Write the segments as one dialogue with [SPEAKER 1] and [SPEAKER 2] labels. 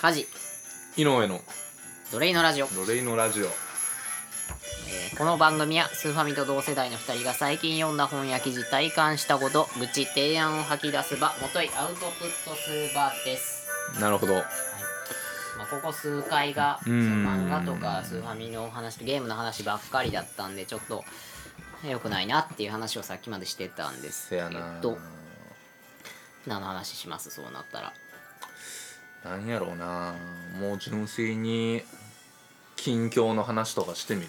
[SPEAKER 1] 恥
[SPEAKER 2] 井上の
[SPEAKER 1] 奴隷のラジオ、
[SPEAKER 2] 奴隷のラジオ
[SPEAKER 1] えーこの番組はスーファミと同世代の2人が最近読んだ本や記事体感したこと愚痴提案を吐き出す場もといアウトプットする場です、
[SPEAKER 2] なるほど
[SPEAKER 1] はいまあ、ここ数回が
[SPEAKER 2] うーん
[SPEAKER 1] 漫画とかスーファミのお話とゲームの話ばっかりだったんでちょっと良くないなっていう話をさっきまでしてたんです
[SPEAKER 2] せ
[SPEAKER 1] け
[SPEAKER 2] やな
[SPEAKER 1] ど何の話しますそうなったら
[SPEAKER 2] なんやろうなもう純粋に近況の話とかしてみる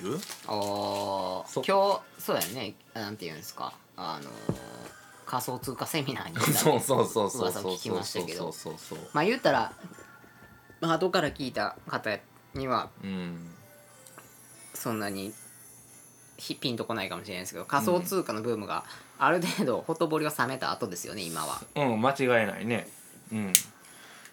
[SPEAKER 1] お
[SPEAKER 2] そ
[SPEAKER 1] ー今日そうだよねなんていうんですかあのー仮想通貨セミナーに行ったって
[SPEAKER 2] そうそうそうそう
[SPEAKER 1] 噂
[SPEAKER 2] そ
[SPEAKER 1] を
[SPEAKER 2] う
[SPEAKER 1] 聞き
[SPEAKER 2] そう
[SPEAKER 1] まし
[SPEAKER 2] そ
[SPEAKER 1] た
[SPEAKER 2] う
[SPEAKER 1] け
[SPEAKER 2] そう
[SPEAKER 1] ど
[SPEAKER 2] そうそう
[SPEAKER 1] まあ言ったらまあ後から聞いた方には
[SPEAKER 2] うん
[SPEAKER 1] そんなにひピンとこないかもしれないですけど仮想通貨のブームがある程度ほとぼりが冷めた後ですよね今は
[SPEAKER 2] うん間違いないねうん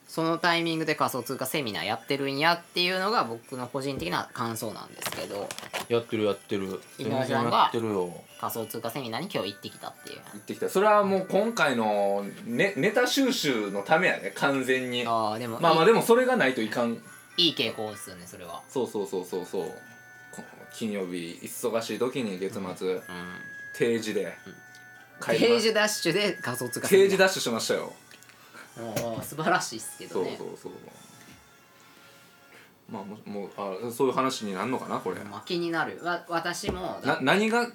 [SPEAKER 1] そのタイミングで仮想通貨セミナーやってるんやっていうのが僕の個人的な感想なんですけど
[SPEAKER 2] やってるやってる
[SPEAKER 1] 井
[SPEAKER 2] 全
[SPEAKER 1] 上
[SPEAKER 2] 然
[SPEAKER 1] さんが
[SPEAKER 2] やってるよ
[SPEAKER 1] 仮想通貨セミナーに今日行ってきたっていう
[SPEAKER 2] 行ってきたそれはもう今回のネネタ収集のためやね完全に
[SPEAKER 1] ああでも
[SPEAKER 2] まあまあでもそれがないといかん
[SPEAKER 1] いいい傾向ですよねそれは
[SPEAKER 2] そうそうそうそうそうこ金曜日忙しい時に月末、
[SPEAKER 1] うん
[SPEAKER 2] 定時で帰り
[SPEAKER 1] 定
[SPEAKER 2] ま
[SPEAKER 1] 時ダッシュで仮想通貨
[SPEAKER 2] 定時ダッシュしましたよ
[SPEAKER 1] おー素晴らしいっすけ
[SPEAKER 2] そ
[SPEAKER 1] ど
[SPEAKER 2] う
[SPEAKER 1] ね
[SPEAKER 2] そうそうまあももうあそういう話になるのかなこれ
[SPEAKER 1] まあ、気になるわ私も
[SPEAKER 2] な何が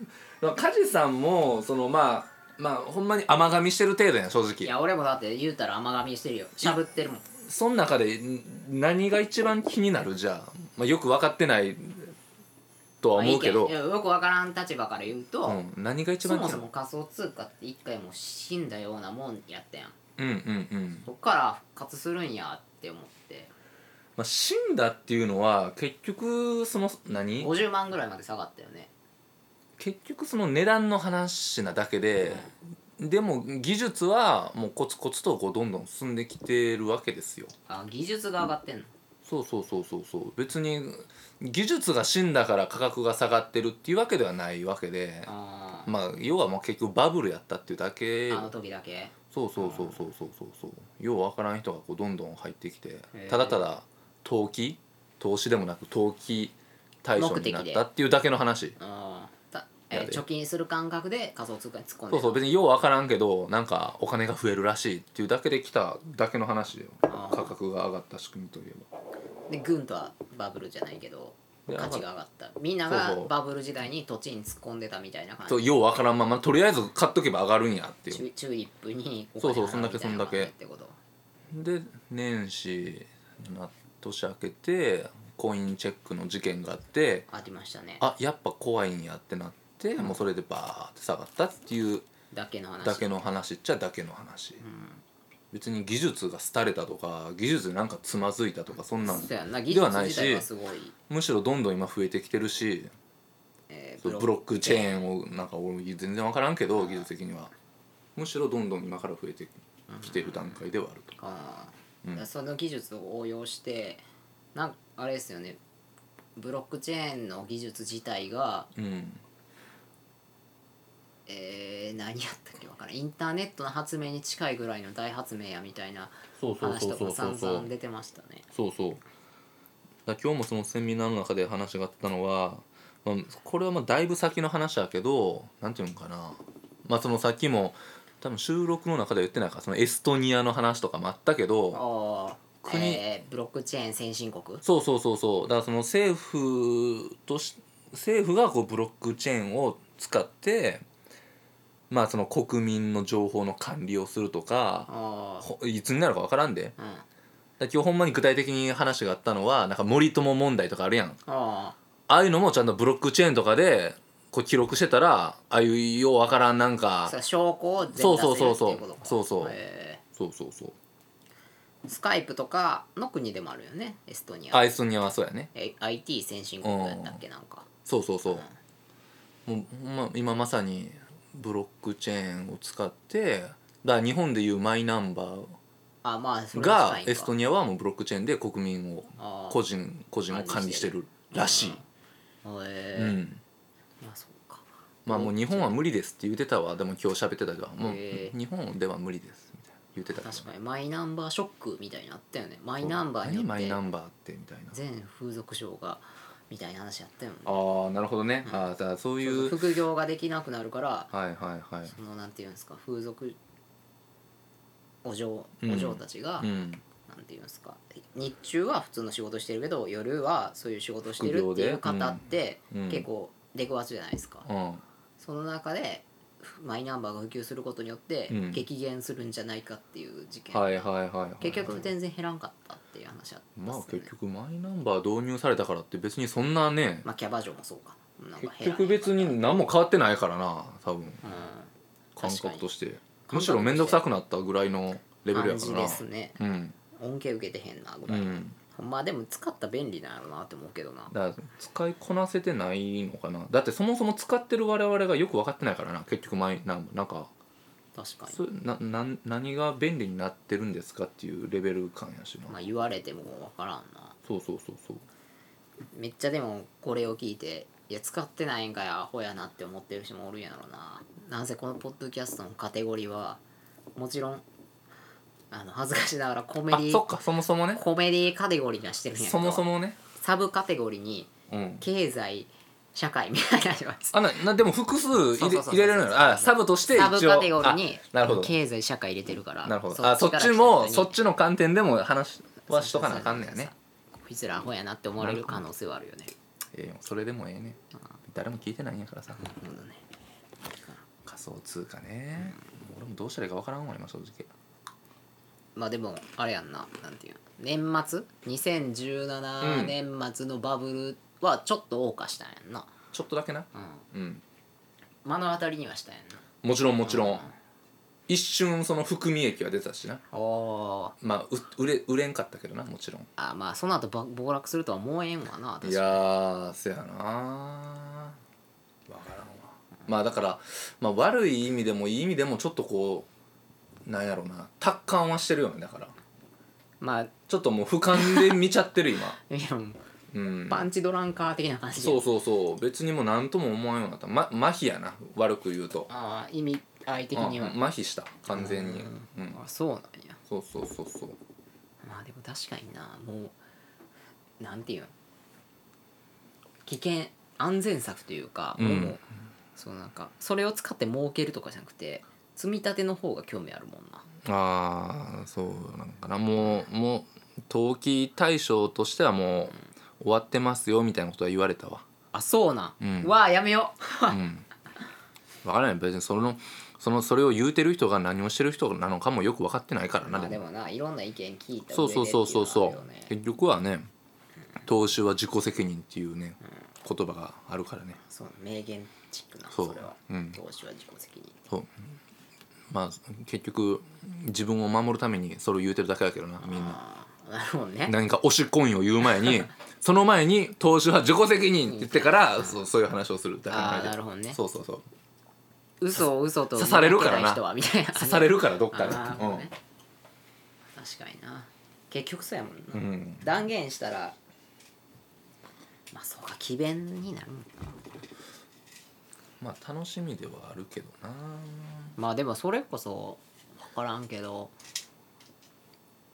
[SPEAKER 2] まあ梶さんもそのまあまあほんまに甘噛みしてる程度やん正
[SPEAKER 1] い
[SPEAKER 2] 直
[SPEAKER 1] や俺もだって言うたら甘噛みしてるよしゃぶってるもん
[SPEAKER 2] その中でん何が一番気になるじゃあ、まあ、よく分かってないとは思うけ
[SPEAKER 1] ま
[SPEAKER 2] ど
[SPEAKER 1] あ、意見いやよくわからん立場から言うと、
[SPEAKER 2] うん、何が一
[SPEAKER 1] そ
[SPEAKER 2] 番気
[SPEAKER 1] も
[SPEAKER 2] に
[SPEAKER 1] そ
[SPEAKER 2] なる
[SPEAKER 1] も仮想通貨って一回もう死んだようなもんやったやん
[SPEAKER 2] うんうんうん
[SPEAKER 1] そっから復活するんやって思って
[SPEAKER 2] まあ、死んだっていうのは結局その何
[SPEAKER 1] 50万ぐらいまで下がったよね
[SPEAKER 2] 結局その値段の話なだけで、でも技術はもうコツコツとこうどんどん進んできてるわけですよ
[SPEAKER 1] あ技術が上がってんの
[SPEAKER 2] そうそうそうそうそう別に技術が死んだから価格が下がってるっていうわけではないわけで
[SPEAKER 1] あー
[SPEAKER 2] まあ要はまあ結局バブルやったっていうだけ
[SPEAKER 1] あの時だけ
[SPEAKER 2] そうそうそうそうそうそうそうようわからん人がこうどんどん入ってきて
[SPEAKER 1] へー
[SPEAKER 2] ただただ投機投資でもなく投機対象にな
[SPEAKER 1] 目的
[SPEAKER 2] っ
[SPEAKER 1] で
[SPEAKER 2] たっていうだけの話
[SPEAKER 1] あーた
[SPEAKER 2] や
[SPEAKER 1] え
[SPEAKER 2] で
[SPEAKER 1] 貯金する感覚で仮想通貨に突っ込んで
[SPEAKER 2] そうそう別にようわからんけどなんかお金が増えるらしいっていうだけで来ただけの話よ
[SPEAKER 1] あー
[SPEAKER 2] 価格が上がった仕組みといえば
[SPEAKER 1] で軍とはバブルじゃないけど
[SPEAKER 2] で
[SPEAKER 1] 価値が上がったみんなが
[SPEAKER 2] そうそう
[SPEAKER 1] バブル時代に土地に突っ込んでたみたいな感
[SPEAKER 2] そう
[SPEAKER 1] じ
[SPEAKER 2] ようわからんままとりあえず買っとけば上がるんやって
[SPEAKER 1] チ
[SPEAKER 2] いう
[SPEAKER 1] ュチューリップにお
[SPEAKER 2] そう
[SPEAKER 1] 金
[SPEAKER 2] そう
[SPEAKER 1] が上がるみたいな
[SPEAKER 2] そんだけ
[SPEAKER 1] 感じってこと
[SPEAKER 2] で年始な年明けてコインチェックの事件があって
[SPEAKER 1] ありましたね
[SPEAKER 2] あやっぱ怖いんやってなって、もうそれでバーって下がったっていう
[SPEAKER 1] だけの話
[SPEAKER 2] だけの話っちゃだけの話、別に技術が廃れたとか技術でなんかつまずいたとかそんなん
[SPEAKER 1] そうやんな技
[SPEAKER 2] では
[SPEAKER 1] 術
[SPEAKER 2] ない
[SPEAKER 1] 自体
[SPEAKER 2] し
[SPEAKER 1] はすごい、
[SPEAKER 2] むしろどんどん今増えてきてるし
[SPEAKER 1] えー
[SPEAKER 2] ブロックチェーンをなんか俺全然分からんけど技術的にはむしろどんどん今から増えてきてる段階ではあると
[SPEAKER 1] あーだからその技術を応用してなんかあれですよねブロックチェーンの技術自体が、
[SPEAKER 2] うん
[SPEAKER 1] えー、何やったっけわからんインターネットの発明に近いぐらいの大発明やみたいな
[SPEAKER 2] そうそう
[SPEAKER 1] 話
[SPEAKER 2] そ
[SPEAKER 1] と
[SPEAKER 2] うそ
[SPEAKER 1] か
[SPEAKER 2] うそ
[SPEAKER 1] 散
[SPEAKER 2] うそう
[SPEAKER 1] 々出てましたね
[SPEAKER 2] そうそうだ今日もそのセミナーの中で話があったのは、まあ、これはまあだいぶ先の話だけどなんていうのかなまあそのさっきも多分収録の中では言ってないからそのエストニアの話とかもあったけど
[SPEAKER 1] ああ
[SPEAKER 2] 国
[SPEAKER 1] えーブロックチェーン先進国
[SPEAKER 2] そうそうそうそうだからその政府とし政府がこうブロックチェーンを使ってまあその国民の情報の管理をするとか
[SPEAKER 1] あ
[SPEAKER 2] ほいつになるか分からんで
[SPEAKER 1] あうんあ
[SPEAKER 2] だから今日ほんまに具体的に話があったのはなんか森友問題とかあるやん
[SPEAKER 1] あ
[SPEAKER 2] ああいうのもちゃんとブロックチェーンとかでこう記録してたらああいうようわからんなんか
[SPEAKER 1] それ証拠を全
[SPEAKER 2] そう
[SPEAKER 1] 出
[SPEAKER 2] そう
[SPEAKER 1] せる
[SPEAKER 2] そ
[SPEAKER 1] っていう
[SPEAKER 2] うそ
[SPEAKER 1] うことか
[SPEAKER 2] そうそう
[SPEAKER 1] え
[SPEAKER 2] そうそうそう
[SPEAKER 1] ースカイプとかの国でもあるよねエストニア、
[SPEAKER 2] アイスにはそうやね
[SPEAKER 1] え IT 先進国やったっけなんか
[SPEAKER 2] そうそうそうもう、ま、今まさにブロックチェーンを使ってだから日本でいうマイナンバ
[SPEAKER 1] あまあそ
[SPEAKER 2] ー
[SPEAKER 1] れは
[SPEAKER 2] がエストニアはもうブロックチェーンで国民を
[SPEAKER 1] あー
[SPEAKER 2] 個人個人を管理してるらしい
[SPEAKER 1] え
[SPEAKER 2] う
[SPEAKER 1] ー
[SPEAKER 2] ん
[SPEAKER 1] まあそうか
[SPEAKER 2] まあもう日本は無理ですって言ってたわでも今日喋ってたけどもう
[SPEAKER 1] へー
[SPEAKER 2] 日本では無理ですみたいな言ってたけどね
[SPEAKER 1] 確かにマイナンバーショックみたいになったよねマイナンバーによ
[SPEAKER 2] 何マイナ
[SPEAKER 1] って
[SPEAKER 2] ンバーってみたいな
[SPEAKER 1] 全風俗省がみたいな話やったよね
[SPEAKER 2] ああなるほどね、
[SPEAKER 1] うん
[SPEAKER 2] ああだからそうい
[SPEAKER 1] そう
[SPEAKER 2] う
[SPEAKER 1] そう副業ができなくなるから
[SPEAKER 2] はいはいはい
[SPEAKER 1] そのなんていうんですか風俗お嬢
[SPEAKER 2] うん
[SPEAKER 1] お嬢たちが、
[SPEAKER 2] うん
[SPEAKER 1] なんていうんですか日中は普通の仕事してるけど夜はそういう仕事してるっていう方って
[SPEAKER 2] 副業でうんうん
[SPEAKER 1] 結構出くわすじゃないですか、
[SPEAKER 2] うん
[SPEAKER 1] その中でマイナンバーが普及することによって
[SPEAKER 2] うん
[SPEAKER 1] 激減するんじゃないかっていう事件、
[SPEAKER 2] はいはいはいはい
[SPEAKER 1] 結局全然減らんかったっていう話だったっ
[SPEAKER 2] まあ
[SPEAKER 1] すよ
[SPEAKER 2] 結
[SPEAKER 1] ね
[SPEAKER 2] 局マイナンバー導入されたからって別にそんなね、
[SPEAKER 1] まあキャバ嬢もそうかなんか
[SPEAKER 2] 結
[SPEAKER 1] 減らん
[SPEAKER 2] 局別に何も変わってないからな多分
[SPEAKER 1] うん確か
[SPEAKER 2] 感覚
[SPEAKER 1] に
[SPEAKER 2] として
[SPEAKER 1] 覚として
[SPEAKER 2] むしろ面倒くさくなったぐらいのレベルや
[SPEAKER 1] 感
[SPEAKER 2] か
[SPEAKER 1] じ
[SPEAKER 2] ら
[SPEAKER 1] で
[SPEAKER 2] な
[SPEAKER 1] すね
[SPEAKER 2] うん
[SPEAKER 1] 恩恵受けてへんなぐ
[SPEAKER 2] う
[SPEAKER 1] らい、
[SPEAKER 2] ん
[SPEAKER 1] まあでも使ったら便利なんやろうなって思うけどな
[SPEAKER 2] だから使いこなせてないのかなだってそもそも使ってる我々がよく分かってないからな結局マイナンバーなんか
[SPEAKER 1] 確かに
[SPEAKER 2] そななん何が便利になってるんですかっていうレベル感やしな、
[SPEAKER 1] まあ言われても分からんな
[SPEAKER 2] そうそうそうそう
[SPEAKER 1] めっちゃでもこれを聞いていや使ってないんかやアホやなって思ってる人もおるんやろななんせこのポッドキャストのカテゴリーはもちろんあの恥ずかしながらコメデ
[SPEAKER 2] あそ
[SPEAKER 1] ィ
[SPEAKER 2] っかそもそもね
[SPEAKER 1] コメディカテゴリーにはしてるんやけど
[SPEAKER 2] そもそもね
[SPEAKER 1] サブカテゴリーに
[SPEAKER 2] うん
[SPEAKER 1] 経済社会みたいなのが
[SPEAKER 2] あななでも複数
[SPEAKER 1] そ
[SPEAKER 2] 入
[SPEAKER 1] うそう
[SPEAKER 2] れ
[SPEAKER 1] そう
[SPEAKER 2] 入れれるのよあサブとして一応
[SPEAKER 1] サブカテゴリーに
[SPEAKER 2] あなるほど
[SPEAKER 1] 経済社会入れてるから
[SPEAKER 2] なるほどあそっ
[SPEAKER 1] から来
[SPEAKER 2] ち
[SPEAKER 1] た
[SPEAKER 2] も
[SPEAKER 1] 人に
[SPEAKER 2] そっちの観点でも話はしとかなあかんねやね
[SPEAKER 1] こいつらアホやなって思われる可能性はあるよね
[SPEAKER 2] ええよそれでもええね誰も聞いてないんやからさ
[SPEAKER 1] なるほどね
[SPEAKER 2] 仮想通貨ね俺もどうしたらいいかわからんわ今正直
[SPEAKER 1] まあでもあれやんななんていうの年末
[SPEAKER 2] う
[SPEAKER 1] 2017
[SPEAKER 2] ん
[SPEAKER 1] 年末のバブルはちょっと謳歌したんやんな、
[SPEAKER 2] ちょっとだけな
[SPEAKER 1] うん、
[SPEAKER 2] うん
[SPEAKER 1] 目の当たりにはしたんやんな
[SPEAKER 2] もちろんもちろん一瞬その含み益は出たしな
[SPEAKER 1] おー
[SPEAKER 2] まあう売れ売れんかったけどなもちろん
[SPEAKER 1] あまあその後ば暴落するとは思えんわな確かに
[SPEAKER 2] いやーせやなわからんわまあだから、まあ、悪い意味でもいい意味でもちょっとこうなんやろうな達観はしてるよねだから
[SPEAKER 1] まあい
[SPEAKER 2] ちょっともう俯瞰で見ちゃってる今
[SPEAKER 1] やもう
[SPEAKER 2] うん
[SPEAKER 1] パンチドランカー的な感じで
[SPEAKER 2] そうそうそう別にもう何とも思わんようになった、ま、麻痺やな悪く言うと
[SPEAKER 1] ああ意味合い的には、
[SPEAKER 2] うん麻痺した完全に
[SPEAKER 1] うん
[SPEAKER 2] うん、
[SPEAKER 1] あそうなんや
[SPEAKER 2] そうそうそうそう
[SPEAKER 1] まあでも確かになもうなんていうん危険安全策というか、
[SPEAKER 2] うん
[SPEAKER 1] もうそうなんかそれを使って儲けるとかじゃなくて積み立ての方が興味あるもんな
[SPEAKER 2] ああそうなんかなもうもう投機対象としてはもう終わってますよみたいなことは言われたわ
[SPEAKER 1] あそうなん、
[SPEAKER 2] うん
[SPEAKER 1] わあやめよ
[SPEAKER 2] うん、分からない別にそのそのそれを言うてる人が何をしてる人なのかもよく分かってないから
[SPEAKER 1] う
[SPEAKER 2] な
[SPEAKER 1] ま
[SPEAKER 2] で
[SPEAKER 1] あ
[SPEAKER 2] も
[SPEAKER 1] でもないろんな意見聞いた
[SPEAKER 2] そうそうそうそうそう、
[SPEAKER 1] 上でっていのはあるよね
[SPEAKER 2] 結局はね投資は自己責任っていうね、言葉があるからね
[SPEAKER 1] そう名言チックな
[SPEAKER 2] そう
[SPEAKER 1] それは、
[SPEAKER 2] うん
[SPEAKER 1] 投資は自己責任
[SPEAKER 2] そうまあ結局自分を守るためにそれを言うてるだけだけどなみんな
[SPEAKER 1] ああなるほどね
[SPEAKER 2] 何か推しコインを言う 前にその前に投資は自己責任って言ってからそうそういう話をするだけの話
[SPEAKER 1] あーなるほどね
[SPEAKER 2] そうそうそう
[SPEAKER 1] 嘘を嘘と
[SPEAKER 2] 刺されるからな
[SPEAKER 1] 見抜けい人はみたいな
[SPEAKER 2] 刺されるからどっかで
[SPEAKER 1] あー、ね確かにな結局そうやもんな、
[SPEAKER 2] うん、うん、
[SPEAKER 1] 断言したらまあそうか詭弁になるもんな
[SPEAKER 2] まあ楽しみではあるけどな
[SPEAKER 1] まあでもそれこそ分からんけど、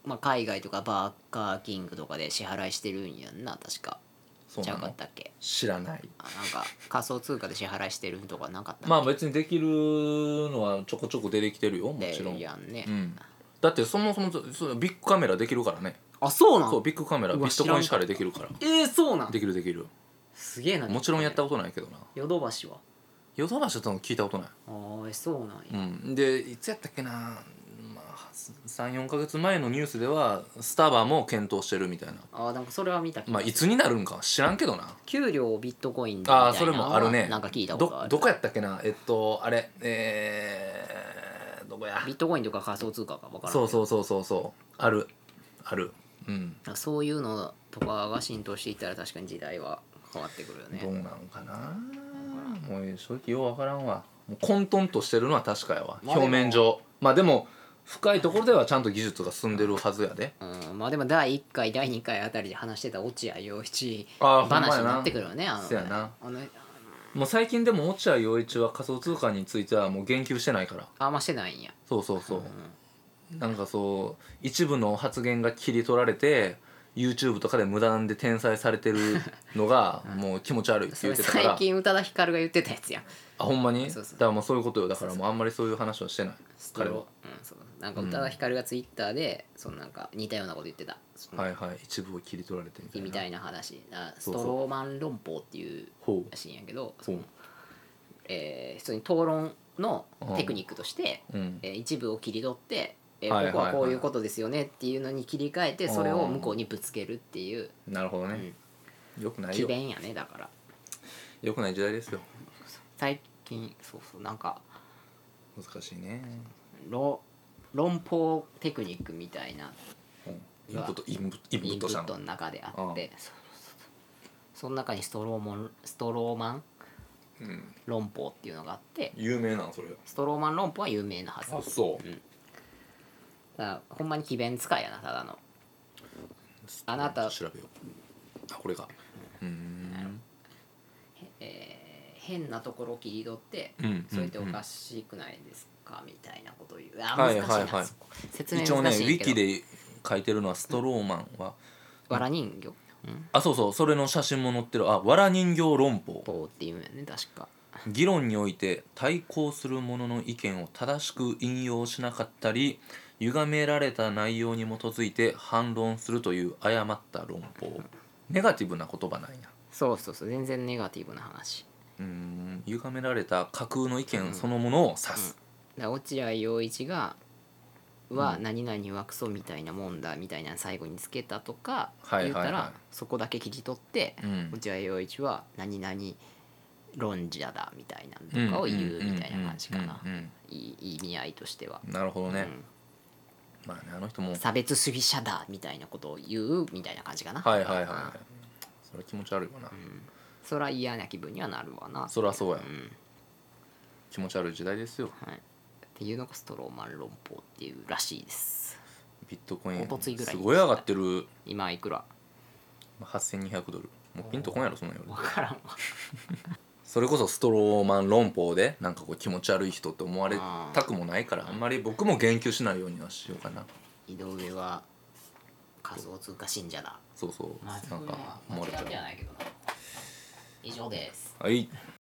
[SPEAKER 1] まあ、海外とかバーカーキングとかで支払いしてるんやんな確か
[SPEAKER 2] そう
[SPEAKER 1] じゃ
[SPEAKER 2] な
[SPEAKER 1] なか
[SPEAKER 2] の
[SPEAKER 1] ったっけ
[SPEAKER 2] 知らない
[SPEAKER 1] あなんか仮想通貨で支払いしてるんとかなかったっけ
[SPEAKER 2] まあ別にできるのはちょこちょこ出てきてるよもちろん、
[SPEAKER 1] でやんね、
[SPEAKER 2] うん、だってそもそもそのビッグカメラできるからね
[SPEAKER 1] あそうな
[SPEAKER 2] そう
[SPEAKER 1] の
[SPEAKER 2] ビッグカメラ
[SPEAKER 1] う
[SPEAKER 2] ビ
[SPEAKER 1] わ
[SPEAKER 2] ットコインしかでできるから
[SPEAKER 1] えー、そうなん
[SPEAKER 2] できるできる
[SPEAKER 1] すげえな
[SPEAKER 2] もちろんやったことないけどな
[SPEAKER 1] ヨドバシは
[SPEAKER 2] ヨドバシだったの聞いたことない
[SPEAKER 1] あーそうなんや、
[SPEAKER 2] うん、でいつやったっけな、まあ、34か月前のニュースではスタバも検討してるみたいな
[SPEAKER 1] あーなんかそれは見たけど、
[SPEAKER 2] まあいつになるんか知らんけどな
[SPEAKER 1] 給料をビットコインでみたいな
[SPEAKER 2] ああそれもあるね
[SPEAKER 1] なんか聞いたことある
[SPEAKER 2] どどこやったっけなえっとあれえー、どこや
[SPEAKER 1] ビットコインとか仮想通貨か分からん
[SPEAKER 2] そう
[SPEAKER 1] う
[SPEAKER 2] そうそうそうそうあるあるうん
[SPEAKER 1] そういうのとかが浸透していったら確かに時代は変わってくるよ
[SPEAKER 2] どう
[SPEAKER 1] ね
[SPEAKER 2] なんかなもう正直ようわからんわもう混沌としてるのは確かやわ
[SPEAKER 1] まあでも
[SPEAKER 2] 表面上まあでも深いところではちゃんと技術が進んでるはずやで
[SPEAKER 1] うんまあでも第1回第2回あたりで話してた落合陽一
[SPEAKER 2] あーほんまやな
[SPEAKER 1] 話になってくるよねあの
[SPEAKER 2] そうやな
[SPEAKER 1] あの
[SPEAKER 2] もう最近でも落合陽一は仮想通貨についてはもう言及してないから
[SPEAKER 1] あんましてないんや
[SPEAKER 2] そうそうそう、なんかそう一部の発言が切り取られて YouTube とかで無断で転載されてるのがもう気持ち悪いって
[SPEAKER 1] そ
[SPEAKER 2] 言
[SPEAKER 1] れ
[SPEAKER 2] ってたから
[SPEAKER 1] 最近宇多田ヒカルが言ってたやつやん
[SPEAKER 2] あほんまに
[SPEAKER 1] そうそう
[SPEAKER 2] だからもうそういうことよだからもうあんまりそういう話はしてない彼は
[SPEAKER 1] うんそうなんか宇多田ヒカルがツイッターで、そのなんか似たようなこと言ってたその
[SPEAKER 2] はいはい一部を切り取られてみたいな
[SPEAKER 1] みたいな話あス
[SPEAKER 2] そう
[SPEAKER 1] ト
[SPEAKER 2] そう
[SPEAKER 1] ローマン論法っていう
[SPEAKER 2] ほ
[SPEAKER 1] らしいんやけど
[SPEAKER 2] う
[SPEAKER 1] そ
[SPEAKER 2] ほ
[SPEAKER 1] の、えー普通に討論のテクニックとして、
[SPEAKER 2] ううん
[SPEAKER 1] えー一部を切り取って、え
[SPEAKER 2] はい
[SPEAKER 1] ー、
[SPEAKER 2] はい
[SPEAKER 1] ここ
[SPEAKER 2] はい
[SPEAKER 1] はこういうことですよねっていうのに切り替えてそれを向こうにぶつけるっていう、
[SPEAKER 2] なるほど
[SPEAKER 1] う
[SPEAKER 2] ね
[SPEAKER 1] ん、
[SPEAKER 2] よくない
[SPEAKER 1] 詭
[SPEAKER 2] よ
[SPEAKER 1] 弁やねだから
[SPEAKER 2] よくない時代ですよ
[SPEAKER 1] 最近そうそうなんか
[SPEAKER 2] 難しいね
[SPEAKER 1] 論論法テクニックみたいな
[SPEAKER 2] インプットインプインプ
[SPEAKER 1] イ
[SPEAKER 2] ッ
[SPEAKER 1] ンプ
[SPEAKER 2] トした
[SPEAKER 1] ット
[SPEAKER 2] の
[SPEAKER 1] の中であってそうそうそうその中にストローモンストローマン
[SPEAKER 2] うん
[SPEAKER 1] 論法っていうのがあって
[SPEAKER 2] 有名なのそれ
[SPEAKER 1] ストローマン論法は有名なはず
[SPEAKER 2] あそ
[SPEAKER 1] うんだからほんまに詭弁使いやなただのあなた
[SPEAKER 2] 調べようあこれかうーん
[SPEAKER 1] えー変なところを切り取って、
[SPEAKER 2] うん
[SPEAKER 1] それってお
[SPEAKER 2] うんうん
[SPEAKER 1] かしくないですかみたいなことを言うあ難
[SPEAKER 2] は
[SPEAKER 1] し
[SPEAKER 2] い
[SPEAKER 1] いな、
[SPEAKER 2] はいはい
[SPEAKER 1] そこ説明
[SPEAKER 2] 一応ね
[SPEAKER 1] 難
[SPEAKER 2] ウ
[SPEAKER 1] しいんや
[SPEAKER 2] ィ
[SPEAKER 1] け
[SPEAKER 2] キ
[SPEAKER 1] ど、
[SPEAKER 2] で書いてるのはストローマンは
[SPEAKER 1] わら人形うん
[SPEAKER 2] あそうそうそれの写真も載ってるあわら人形論法
[SPEAKER 1] こうっていうよね確か
[SPEAKER 2] 議論において対抗する者の意見を正しく引用しなかったり歪められた内容に基づいて反論するという誤った論法ネガティブな言葉なんや
[SPEAKER 1] そうそうそう全然ネガティブな話
[SPEAKER 2] うーん歪められた架空の意見そのものを指す、
[SPEAKER 1] だから落合陽一がは何々はクソみたいなもんだみたいなの最後につけたとか
[SPEAKER 2] はいは
[SPEAKER 1] 言
[SPEAKER 2] い
[SPEAKER 1] っ
[SPEAKER 2] はい
[SPEAKER 1] たらそこだけ切り取って
[SPEAKER 2] うん
[SPEAKER 1] 落合陽一は何々論者だみたいなのとかを言うみたいな感じかな
[SPEAKER 2] うんうんうん
[SPEAKER 1] いいいい意味合いとしては、
[SPEAKER 2] うんなるほどね、
[SPEAKER 1] うん
[SPEAKER 2] まあねあの人も
[SPEAKER 1] 差別主義者だみたいなことを言うみたいな感じかな、
[SPEAKER 2] はいはいはい
[SPEAKER 1] うん
[SPEAKER 2] はいそれ気持ち悪いわな、
[SPEAKER 1] そら嫌な気分にはなるわな
[SPEAKER 2] そりゃそうや、
[SPEAKER 1] ん
[SPEAKER 2] 気持ち悪い時代ですよ
[SPEAKER 1] はい、っていうのがストローマン論法っていうらしいです
[SPEAKER 2] ビットコイ
[SPEAKER 1] おとつい
[SPEAKER 2] ン
[SPEAKER 1] ぐらい
[SPEAKER 2] すごい上がってる
[SPEAKER 1] 今いくら
[SPEAKER 2] 8200ドルもうピンとこんやろそんなんより
[SPEAKER 1] 分からんわ
[SPEAKER 2] それこそストローマン論法でなんかこう気持ち悪い人って思われたくもないからあんまり僕も言及しないようにはしようかな
[SPEAKER 1] 井上は仮想通貨信者だ
[SPEAKER 2] そうそうなんか漏
[SPEAKER 1] 間
[SPEAKER 2] れち
[SPEAKER 1] 違っては
[SPEAKER 2] ゃ
[SPEAKER 1] ないけどな以上です
[SPEAKER 2] うはい